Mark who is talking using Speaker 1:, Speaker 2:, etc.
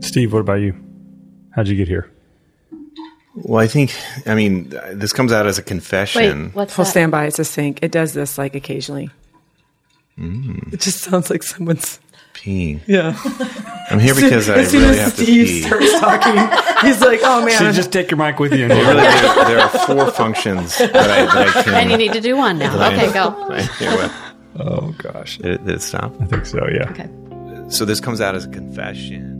Speaker 1: Steve, what about you? How'd you get here?
Speaker 2: Well, I think, I mean, this comes out as a confession.
Speaker 3: Wait, what's
Speaker 4: Well,
Speaker 3: that?
Speaker 4: stand by. It's a sink. It does this like occasionally.
Speaker 2: Mm.
Speaker 4: It just sounds like someone's.
Speaker 2: Pee.
Speaker 4: Yeah.
Speaker 2: I'm here because I
Speaker 4: as soon
Speaker 2: really
Speaker 4: as
Speaker 2: have to
Speaker 4: Steve
Speaker 2: pee.
Speaker 4: starts talking, he's like, "Oh man,
Speaker 1: So
Speaker 4: I'm-
Speaker 1: just take your mic with you. And
Speaker 2: Really, there, there are four functions that I, that I can.
Speaker 3: And you need to do one now. Okay, go.
Speaker 2: I- here, what?
Speaker 1: oh gosh,
Speaker 2: Did it, did it stop?
Speaker 1: I think so. Yeah.
Speaker 3: Okay.
Speaker 2: So this comes out as a confession.